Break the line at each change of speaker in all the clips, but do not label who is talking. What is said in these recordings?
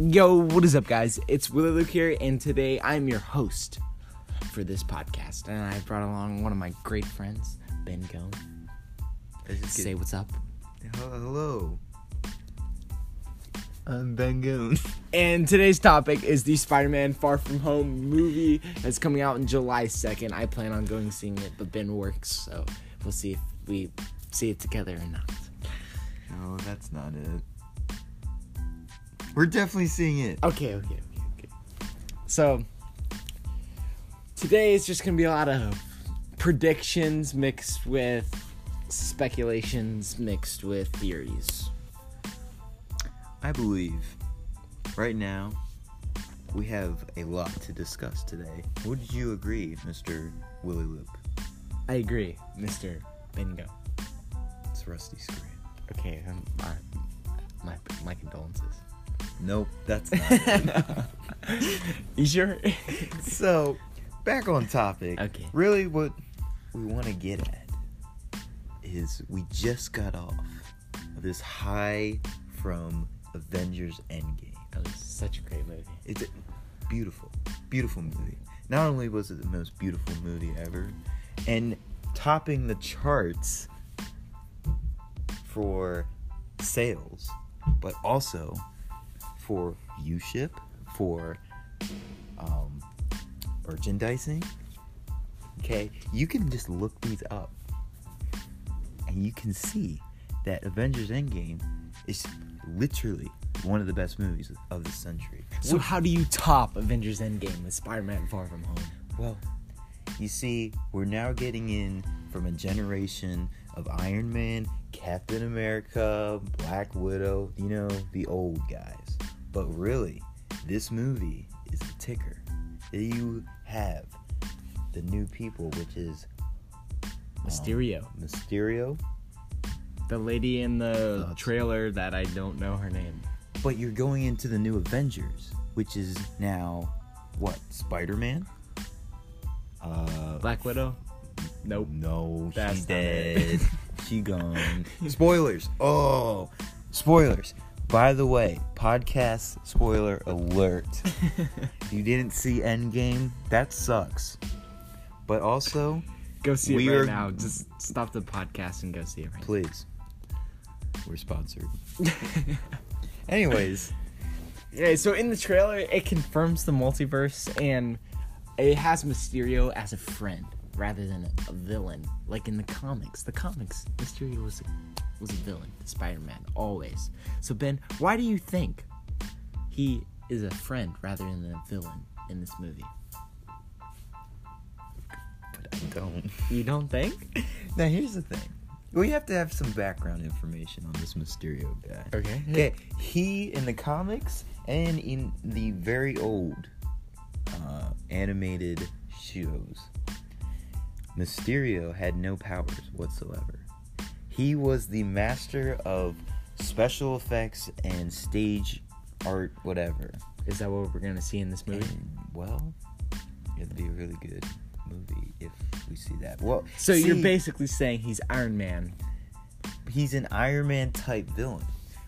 Yo, what is up, guys? It's Willie Luke here, and today I'm your host for this podcast. And I brought along one of my great friends, Ben Cohn.
Let's just
Say
get-
what's up.
hello. I'm Ben Goon.
And today's topic is the Spider Man Far From Home movie that's coming out on July 2nd. I plan on going seeing it, but Ben works, so we'll see if we see it together or not.
No, that's not it. We're definitely seeing it.
Okay, okay, okay, okay. So today is just gonna be a lot of predictions mixed with speculations mixed with theories.
I believe right now we have a lot to discuss today. Would you agree, Mr. Willy Loop?
I agree, Mister Bingo.
It's Rusty Scream.
Okay, um, my my my condolences.
Nope, that's not it.
You sure?
so, back on topic.
Okay.
Really, what we want to get at is we just got off of this high from Avengers Endgame.
that was such a great movie.
It's a beautiful, beautiful movie. Not only was it the most beautiful movie ever, and topping the charts for sales, but also for viewership, for um, merchandising. Okay, you can just look these up, and you can see that Avengers Endgame is literally one of the best movies of the century.
So how do you top Avengers Endgame with Spider-Man Far From Home?
Well, you see, we're now getting in from a generation of Iron Man, Captain America, Black Widow, you know, the old guys. But really, this movie is a ticker. You have the new people, which is um,
Mysterio,
Mysterio,
the lady in the
Thoughts?
trailer that I don't know her name.
but you're going into the new Avengers, which is now what? Spider Man? Uh,
Black Widow? Nope.
No,
That's
she's
not
dead.
it.
she gone. Spoilers. Oh, spoilers. By the way, podcast spoiler alert. if you didn't see Endgame, that sucks. But also,
Go see
We
it right
are-
now. Just stop the podcast and go see it right
please, we're sponsored. Anyways,
now. Yeah, so in the trailer, it confirms the multiverse and it has Mysterio as a friend rather than a villain, like in the comics. The comics, Mysterio was a, was a villain to Spider Man, always. So, Ben, why do you think he is a friend rather than a villain in this movie?
but I don't.
You don't think?
Now here's the thing. We have to have some background information on this Mysterio guy.
Okay.
Okay. He in the comics and in the very old uh, animated shows, Mysterio had no powers whatsoever. He was the master of special effects and stage art, whatever.
Is that what we're going to see in this movie?
And, well, it'd be a really good movie if we see that. Well,
So, you're
see-
basically saying he's Iron Man
he's an Iron Man type villain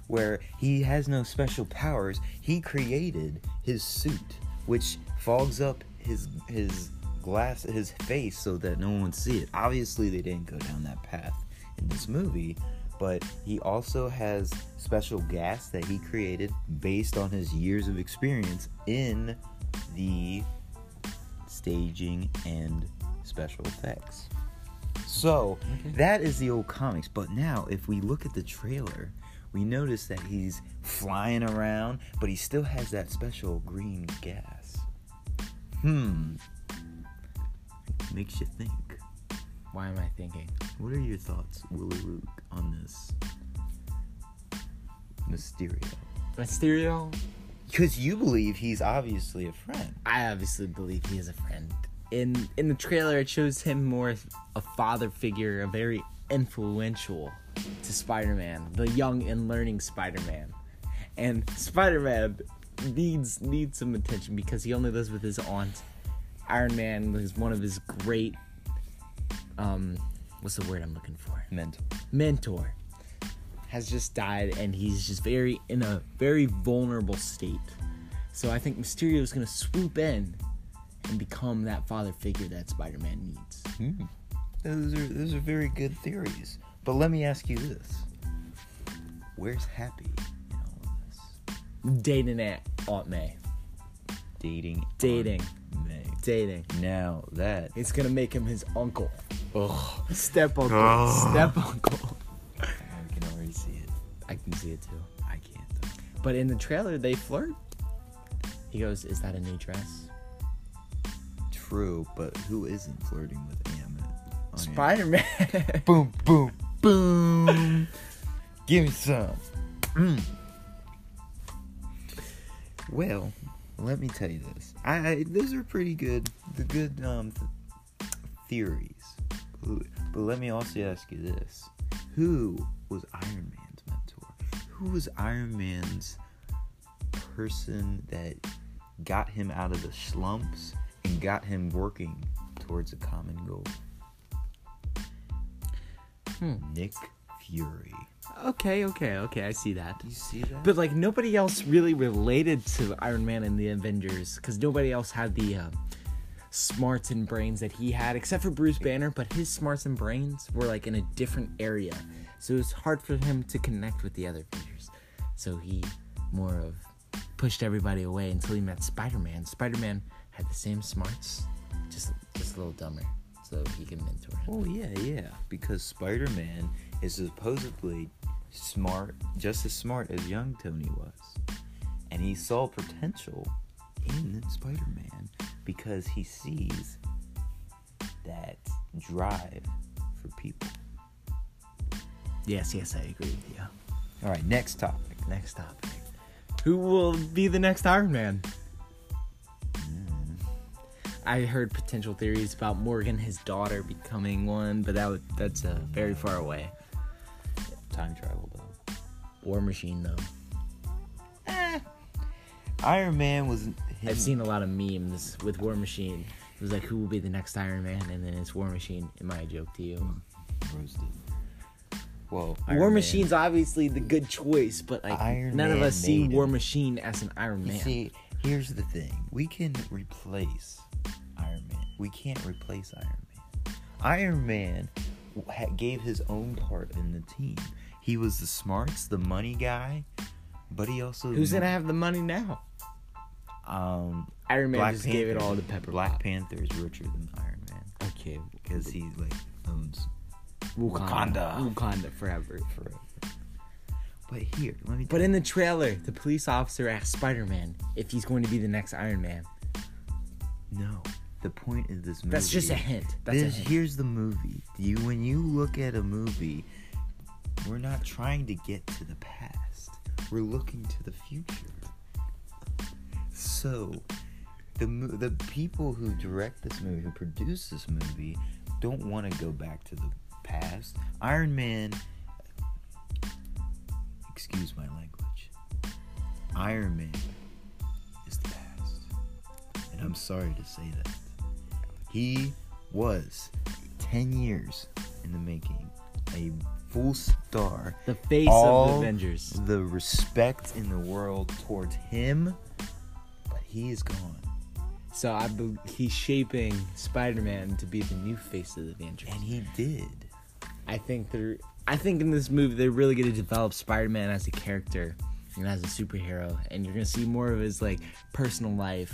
where he has no special powers. He created his suit which fogs up his his glass his face so that no one would see it. Obviously they didn't go down that path in this movie, but he also has special gas that he created based on his years of experience in the staging and special effects. So that is the old comics. But now, if we look at the trailer, we notice that he's flying around, but he still has that special green gas. Hmm. Makes you think.
Why am I thinking?
What are your thoughts, Willy Luke, on this Mysterio?
Mysterio,
Because you believe he's obviously a friend.
I obviously believe he is a friend. In in the trailer, it shows him more as a father figure, a very influential to Spider-Man, the young and learning Spider-Man. And Spider-Man needs needs some attention because he only lives with his aunt. Iron Man is one of his great um what's the word I'm looking for?
Mental.
mentor. has just died and he's just very in a very vulnerable state. So I think Mysterio is going to swoop in and become that father figure that Spider-Man needs.
Those are those are very good theories. But let me ask you this: Where's Happy in all of this?
Dating at Aunt May.
Dating.
Dating.
Aunt May.
Dating.
Now that.
It's going to make him his uncle.
Oh,
Step uncle.
Ugh.
Step uncle.
I can already see it.
I can see it too.
I can't. Though.
But in the trailer, they flirt. He goes, "Is that a new dress?"
True, but who isn't flirting with Amit? Anya?
Spider Man.
Boom, boom, boom. Give me some. Mm. Well, let me tell you this. I, I those are pretty good. The good um th- theories. But but let me also ask you this: Who was Iron Man's mentor? Who was Iron Man's person that got him out of the slumps and got him working towards a common goal? Nick Fury.
okay, okay, okay. I see that.
You see that?
But like nobody else really related to Iron Man and the Avengers because nobody else had the uh, smarts and brains that he had, except for Bruce Banner. But his smarts and brains were like in a different area, so it's hard for him to connect with the other Avengers. So he more of pushed everybody away until he met Spider Man. Spider Man had the same smarts, just just a little dumber, so he can mentor him.
Oh yeah, yeah. Because Spider-Man is supposedly smart, just as smart as young Tony was, and he saw potential in Spider-Man because he sees that drive for people.
Yes, yes, I agree with you.
All right, next topic.
Next topic. Who will be the next Iron Man? Hmm. I heard potential theories about Morgan, his daughter, becoming one, but that would, that's uh, very far away.
Time travel though. Eh,
War Machine, though.
Iron Man was. Him,
I've seen a lot of memes with War Machine. It was like, who will be the next Iron Man? And then it's War Machine. Am I a joke to you?
roasted. Well,
War
Iron Man-
Machine's obviously the good choice, but like
Iron
none of
Man
us see
made
War
him.
Machine as an Iron
You
Man.
see, here's the thing: we can replace Iron Man. We can't replace Iron Man. Iron Man w- ha- gave his own part in the team. He was the smarts, the money guy, but he also
Who's gonna have the money now?
um
Iron Man
Black
just gave it
Panther.
all to Pepper
Black
Potts.
Panther is richer than Iron Man
Okay,
because he like owns
Wakanda.
Wakanda.
Wakanda forever.
forever. But here, let me.
But in the trailer, the police officer asks Spider Man if he's going to be the next Iron Man.
No. The point of this movie.
That's just a hint. That's a
this,
hint.
Here's the movie. You, when you look at a movie, we're not trying to get to the past. We're looking to the future. So, the mo- the people who direct this movie, who produce this movie, don't want to go back to the past. Iron Man. Excuse my language. Iron Man is the past. And I'm sorry to say that. He was 10 years in the making, a full star.
The face of
All
the Avengers.
The respect in the world towards him, but he is gone.
So I be- he's shaping Spider Man to be the new face of the Avengers.
And he did.
I think they're. I think in this movie they're really gonna develop Spider Man as a character and as a superhero, and you're gonna see more of his like personal life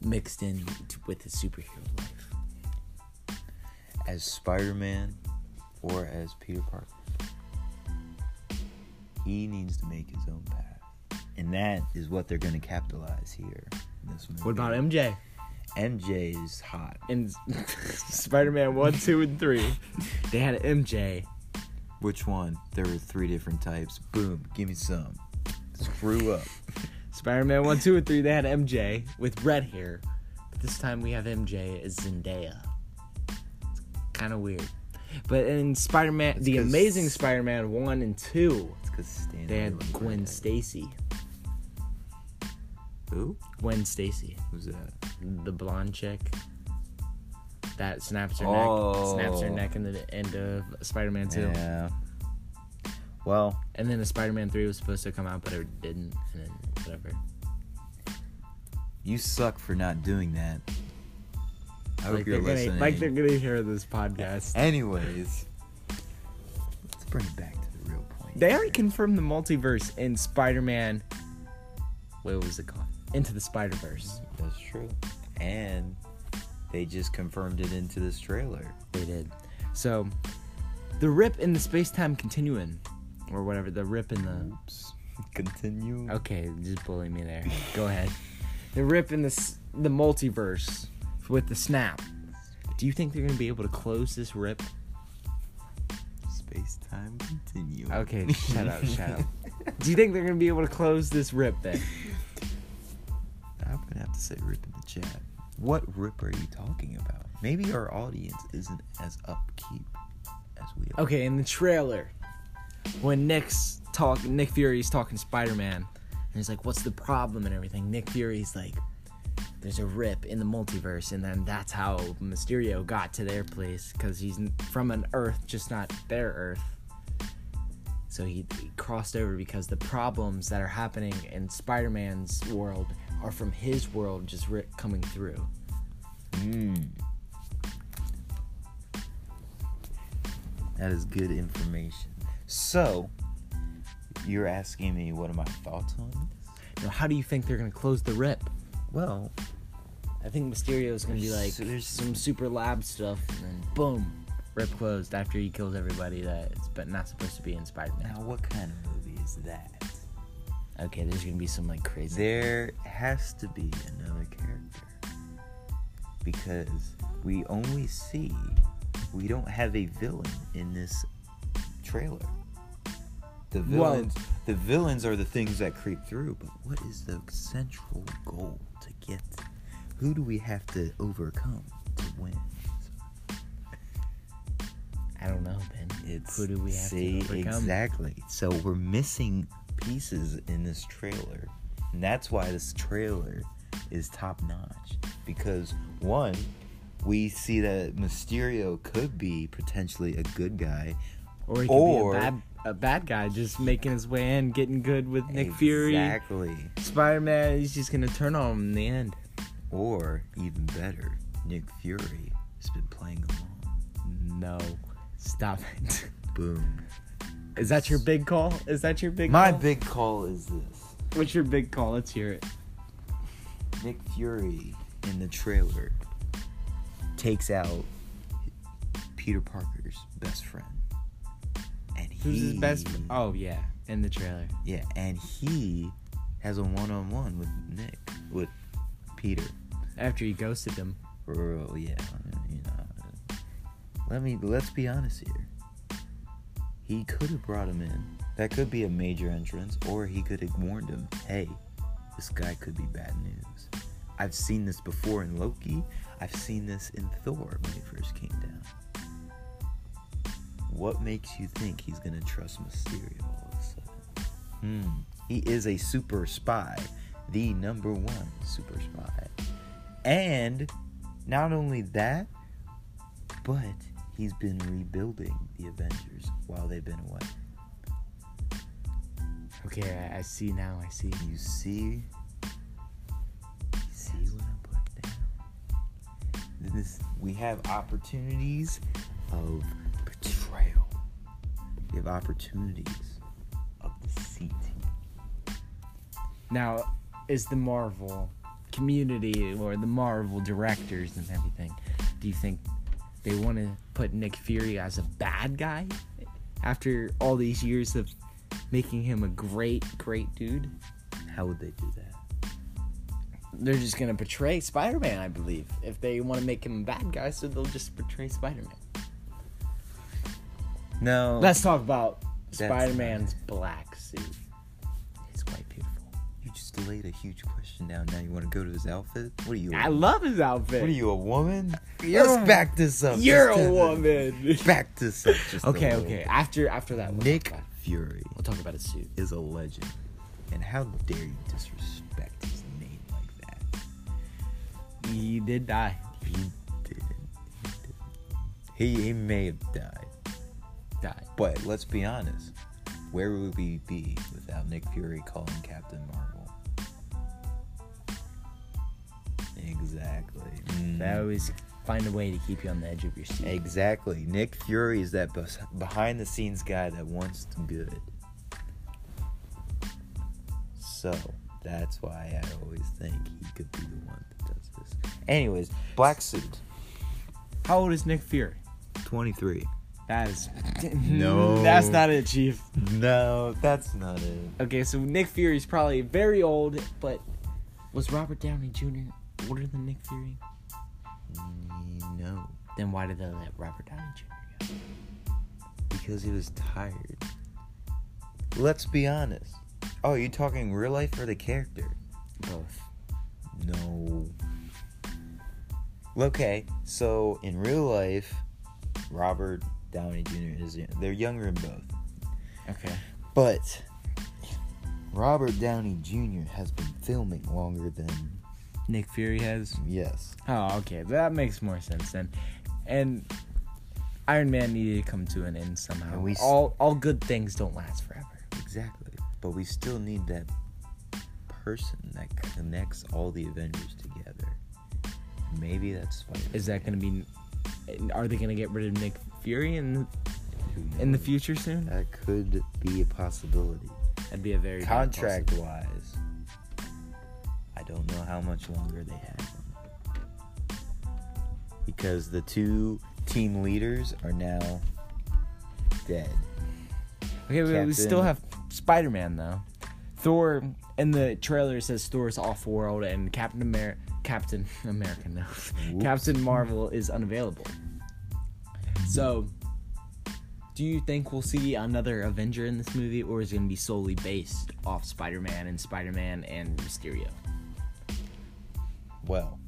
mixed in t- with his superhero life.
As Spider Man or as Peter Parker, he needs to make his own path. And that is what they're going to capitalize here in this movie.
What about MJ
MJ is hot.
and Spider Man one, two, and three? They had MJ.
Which one? There were three different types. Boom, give me some. Screw up.
Spider-Man one, two, and three. They had MJ with red hair, but this time we have MJ as Zendaya. It's kind of weird, but in Spider-Man, the
'cause-
Amazing Spider-Man one and two,
It's because Stan.
they
Lee
had
was
Gwen
redhead.
Stacy.
Who?
Gwen Stacy,
Who's that?
the blonde chick that snaps her neck,
Oh.
snaps her neck in the end of Spider-Man two.
Yeah. Well,
And then a Spider-Man three was supposed to come out, but it didn't, and then whatever.
you suck for not doing that. I hope
like
you're
they're gonna,
listening.
like they're gonna hear this podcast.
Anyways, let's bring it back to the real point.
They already
here.
confirmed the multiverse in Spider-Man. What was it called? Into the Spider-Verse.
That's true. And they just confirmed it into this trailer.
They did. So, the rip in the space-time continuum, or whatever. The rip in the
Oops. Continue.
Okay, just bully me there. Go ahead. They're ripping this the multiverse with the snap. Do you think they're gonna be able to close this rip?
Space time continue.
Okay, shut up, shut up. Do you think they're gonna be able to close this rip then?
I'm gonna have to say rip in the chat. What rip are you talking about? Maybe our audience isn't as upkeep as we are.
Okay, in the trailer, when Nick's talk, Nick Fury's talking Spider Man, and he's like, "What's the problem?" and everything. Nick Fury's like, "There's a rip in the multiverse," and then that's how Mysterio got to their place because he's n- from an Earth, just not their Earth. So he, he crossed over because the problems that are happening in Spider Man's world are from his world just ri- coming through.
Mm. That is good information. So, you're asking me what are my thoughts on this?
Now, how do you think they're gonna close the rip?
Well,
I think Mysterio's gonna be like
So there's-
some super lab stuff, and then boom, rip closed after he kills everybody that's but not supposed to be in Spider-Man.
now what kind of movie is that?
Okay, there's gonna be some like crazy.
There has to be another character. Because we only see, we don't have a villain in this trailer. The
Well-
villains, the villains are the things that creep through, but what is the central goal to get? Who do we have to overcome to win?
I don't know, Ben. who do we have
see,
to overcome?
Exactly. So we're missing pieces in this trailer. And that's why this trailer is top notch. Because one, we see that Mysterio could be potentially a good guy.
Or he could
Or-
be a bad, a bad guy just making his way in, getting good with Nick Fury,
Exactly.
Spider-Man. He's just gonna turn on him in the end.
Or even better, Nick Fury has been playing along.
No, stop it.
Boom.
Is that your big call? Is that your big?
My
call?
big call is this.
What's your big call? Let's hear it.
Nick Fury in the trailer takes out Peter Parker's best friend. And he
Who's his best? fr- Oh yeah, in the trailer.
Yeah, and he has a one-on-one with Nick with Peter.
After he ghosted him.
Bro, yeah, you know. Let me let's be honest here. He could have brought him in. That could be a major entrance, or he could have warned him, hey, this guy could be bad news. I've seen this before in Loki. I've seen this in Thor when he first came down. What makes you think he's gonna trust Mysterio all of a sudden? Hmm. He is a super spy, the number one super spy. And not only that, but he's been rebuilding the Avengers while they've been away.
Okay, I, I see now. I see.
You see, you see what I put down. Then This, we have opportunities of betrayal. We have opportunities of deceit.
Now, is the Marvel community or the Marvel directors and everything, do you think they want to put Nick Fury as a bad guy after all these years of making him a great, great dude?
How would they do that?
They're just going to portray Spider Man, I believe. If they want to make him a bad guy, so they'll just portray Spider Man.
No.
Let's talk about
not-
Spider Man's black suit. It's quite beautiful.
you just laid a huge question down. Now you want to go to his outfit? What are you?
I love his outfit.
What are you, a woman?
You're
Let's
a-
back this up.
You're
just
a
to-
woman.
Back this up. Just a
Okay,
little.
okay. After after that, we'll
Nick
Talk about,
Fury
we'll talk about his suit.
is a legend, and how dare you disrespect his name like that?
He did die.
He didn't. He didn't. He, he may have died,
Died.
but let's be honest. where would we be without Nick Fury calling Captain Marvel? Exactly. Mm.
They always find a way to keep you on the edge of your seat.
Exactly. Nick Fury is that bes- behind the scenes guy that wants the good. So that's why I always think he could be the one that does this. Anyways, black suit,
How old is Nick Fury?
23.
That is
No.
That's not it, Chief.
No, that's not it.
Okay, so Nick Fury's probably very old, but was Robert Downey Jr. older than Nick Fury?
No,
Then why did they let Robert Downey Jr. go?
because he was tired. Let's be honest. Oh, are you talking real life or the character?
Both.
No. Okay, so in real life, Robert Downey Jr. is they're younger in both,
Okay.
but Robert Downey Jr. has been filming longer than
Nick Fury has.
yes.
Oh, okay. That makes more sense then. And Iron Man needed to come to an end somehow.
And we s-
all all good things don't last forever.
Exactly, but we still need that person that connects all the Avengers together. Maybe that's Spider.
Is that going to be? Are they going to get rid of Nick Fury in in the future soon?
That could be a possibility.
That'd be a very bad
contract wise, I don't know how much longer they have him. Because the two team leaders are now dead.
possibility. Okay, but we
Captain-
still have Spider Man though. Thor in the trailer it says Thor's off world and Captain America. Captain America, no. Captain Marvel is unavailable. So, do you think we'll see another Avenger in this movie, or is it going to be solely based off Spider Man and Spider Man and Mysterio?
Well,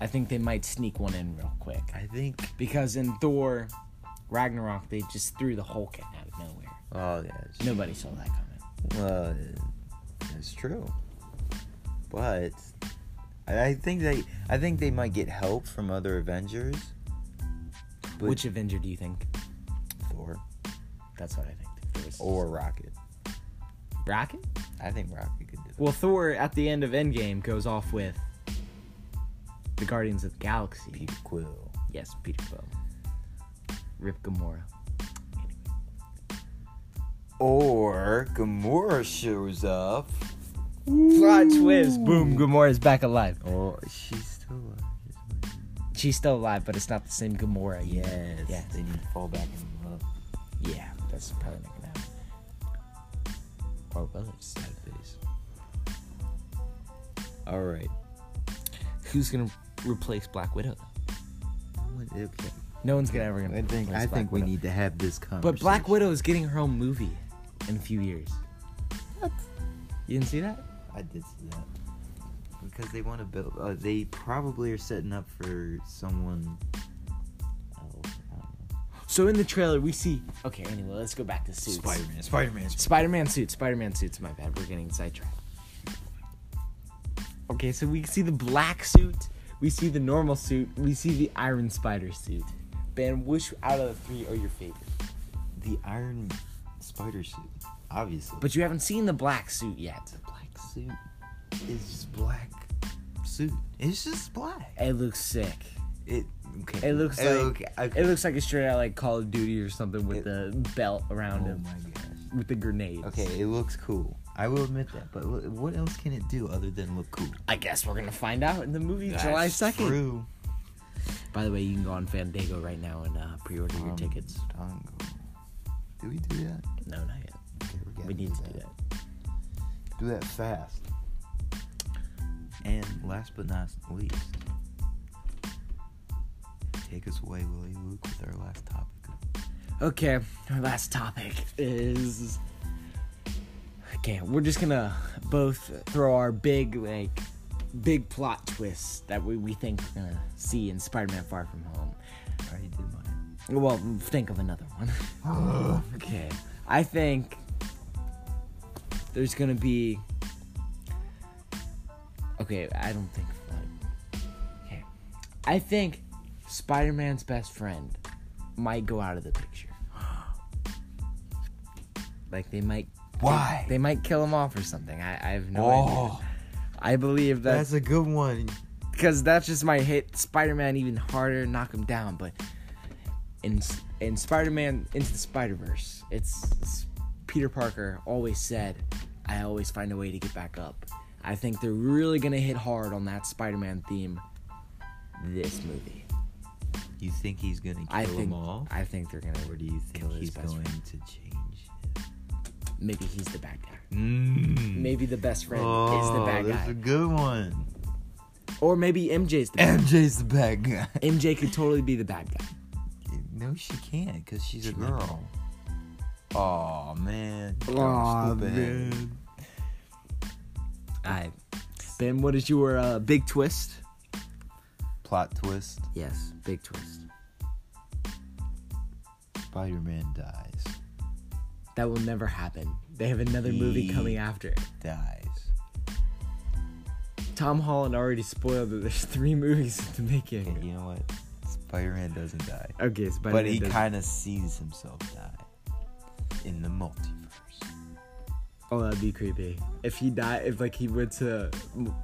I think they might sneak one in real quick.
I think.
Because in Thor Ragnarok, they just threw the Hulk in out of nowhere.
Oh, yes.
Nobody saw that coming.
Well, it's true. But I I think they, I think they might get help from other Avengers. But
Which Avenger do you think?
Thor
That's what I think. Thor is-
or Rocket?
Rocket?
I think Rocket could do it.
Well, Thor at the end of Endgame goes off with the Guardians of the Galaxy.
Peter Quill.
Yes, Peter Quill. Rip Gamora.
Or Gamora shows up.
Plot twist. Boom. Gamora's back alive.
Oh, she's still alive.
She's still alive, but it's not the same Gamora. you know?
Yes.
Yes.
They need to fall back in love.
Yeah. That's probably not gonna happen. Or will it?
Sad face. All right.
Who's gonna replace Black Widow?
Okay.
No one's gonna ever gonna.
I think
replace
I
Black
think we
Widow.
need to have this conversation.
But Black Widow is getting her own movie in a few years. What? You didn't see that?
I did see that because they want to build. Uh, they probably are setting up for someone else. I don't know.
So in the trailer we see. Okay, anyway, let's go back to suits.
Spider-Man. Spider-Man.
Spider-Man suits. Spider-Man suits. My bad. We're getting sidetracked. Okay, so we see the black suit. We see the normal suit. We see the Iron Spider suit. Ben, which out of the three are your favorite?
The Iron Spider suit, obviously.
But you haven't seen the black suit yet.
black suit is just black suit. It's just black.
It looks sick.
It okay.
It looks
okay,
like
okay.
it looks like it's straight out like Call of Duty or something with
It-
the belt
Oh
around him
my gosh.
with the grenades.
Okay, it looks cool. I will admit that. But wh- what else can it do other than look cool?
I guess we're gonna find out in the movie July second.
True.
By the way, you can go on Fandango right now and uh, pre-order your tickets.
Um, Do we do that?
No, not yet.
Okay, we're
We
getting
need to do that.
Do that fast. And last but not least, take us away, will you, Luke, with our last topic.
Okay, our last topic is. Okay, we're just gonna both throw our big, like, big plot twists that we, we think we're gonna see in Spider Man Far From Home.
I already did mine.
Well, think of another one. okay, I think there's gonna be. Okay, I don't think. Okay, I think Spider Man's best friend might go out of the picture. Like they might
Why?
they, might kill him off or something. I, I have no idea.
oh,
I believe that
that's a good one.
because that's just my hit Spider-Man even harder, knock him down. But in in Spider-Man into the Spider-Verse, it's, it's Peter Parker always said, "I always find a way to get back up." I think they're really gonna hit hard on that Spider-Man theme this movie.
You think he's gonna kill
I
them
think
all,
I think they're gonna.
or do you think
kill his
he's
best
going
friend?
to change? it?
Maybe he's the bad guy.
Mm.
Maybe the best friend
oh,
is the bad
that's
guy,
a good one.
or maybe MJ's the bad
MJ's the bad guy.
MJ could totally be the bad guy.
No, she can't, cause she's a
She might
girl. Oh man.
Aw,
Stupid.
man. I, Ben, what is your uh, big twist?
Plot twist:
Yes, big twist.
Spider-Man dies.
That will never happen. They have another movie
Ye-
coming after. it.
Dies.
Tom Holland already spoiled that there's three movies at the
Okay,
making.
you know what? Spider-Man doesn't die,
Okay, Spider-Man.
but, he
does-
kind of sees himself die in the multiverse.
Oh, that'd be creepy. If he died, if like he went to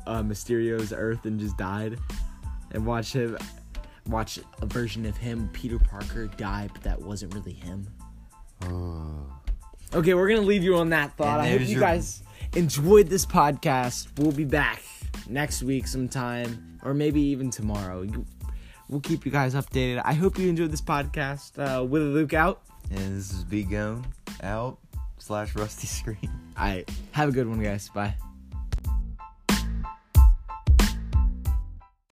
uh, Mysterio's Earth and just died, and watch him, watch a version of him, Peter Parker, die, but that wasn't really him.
Oh.
Okay, we're gonna leave you on that thought.
And
I hope
there's
you
your-
guys enjoyed this podcast. We'll be back next week sometime, or maybe even tomorrow. You- We'll keep you guys updated. I hope you enjoyed this podcast. Uh, with Luke out.
And this is Be Gone out slash Rusty Screen.
I have a good one, guys. Bye.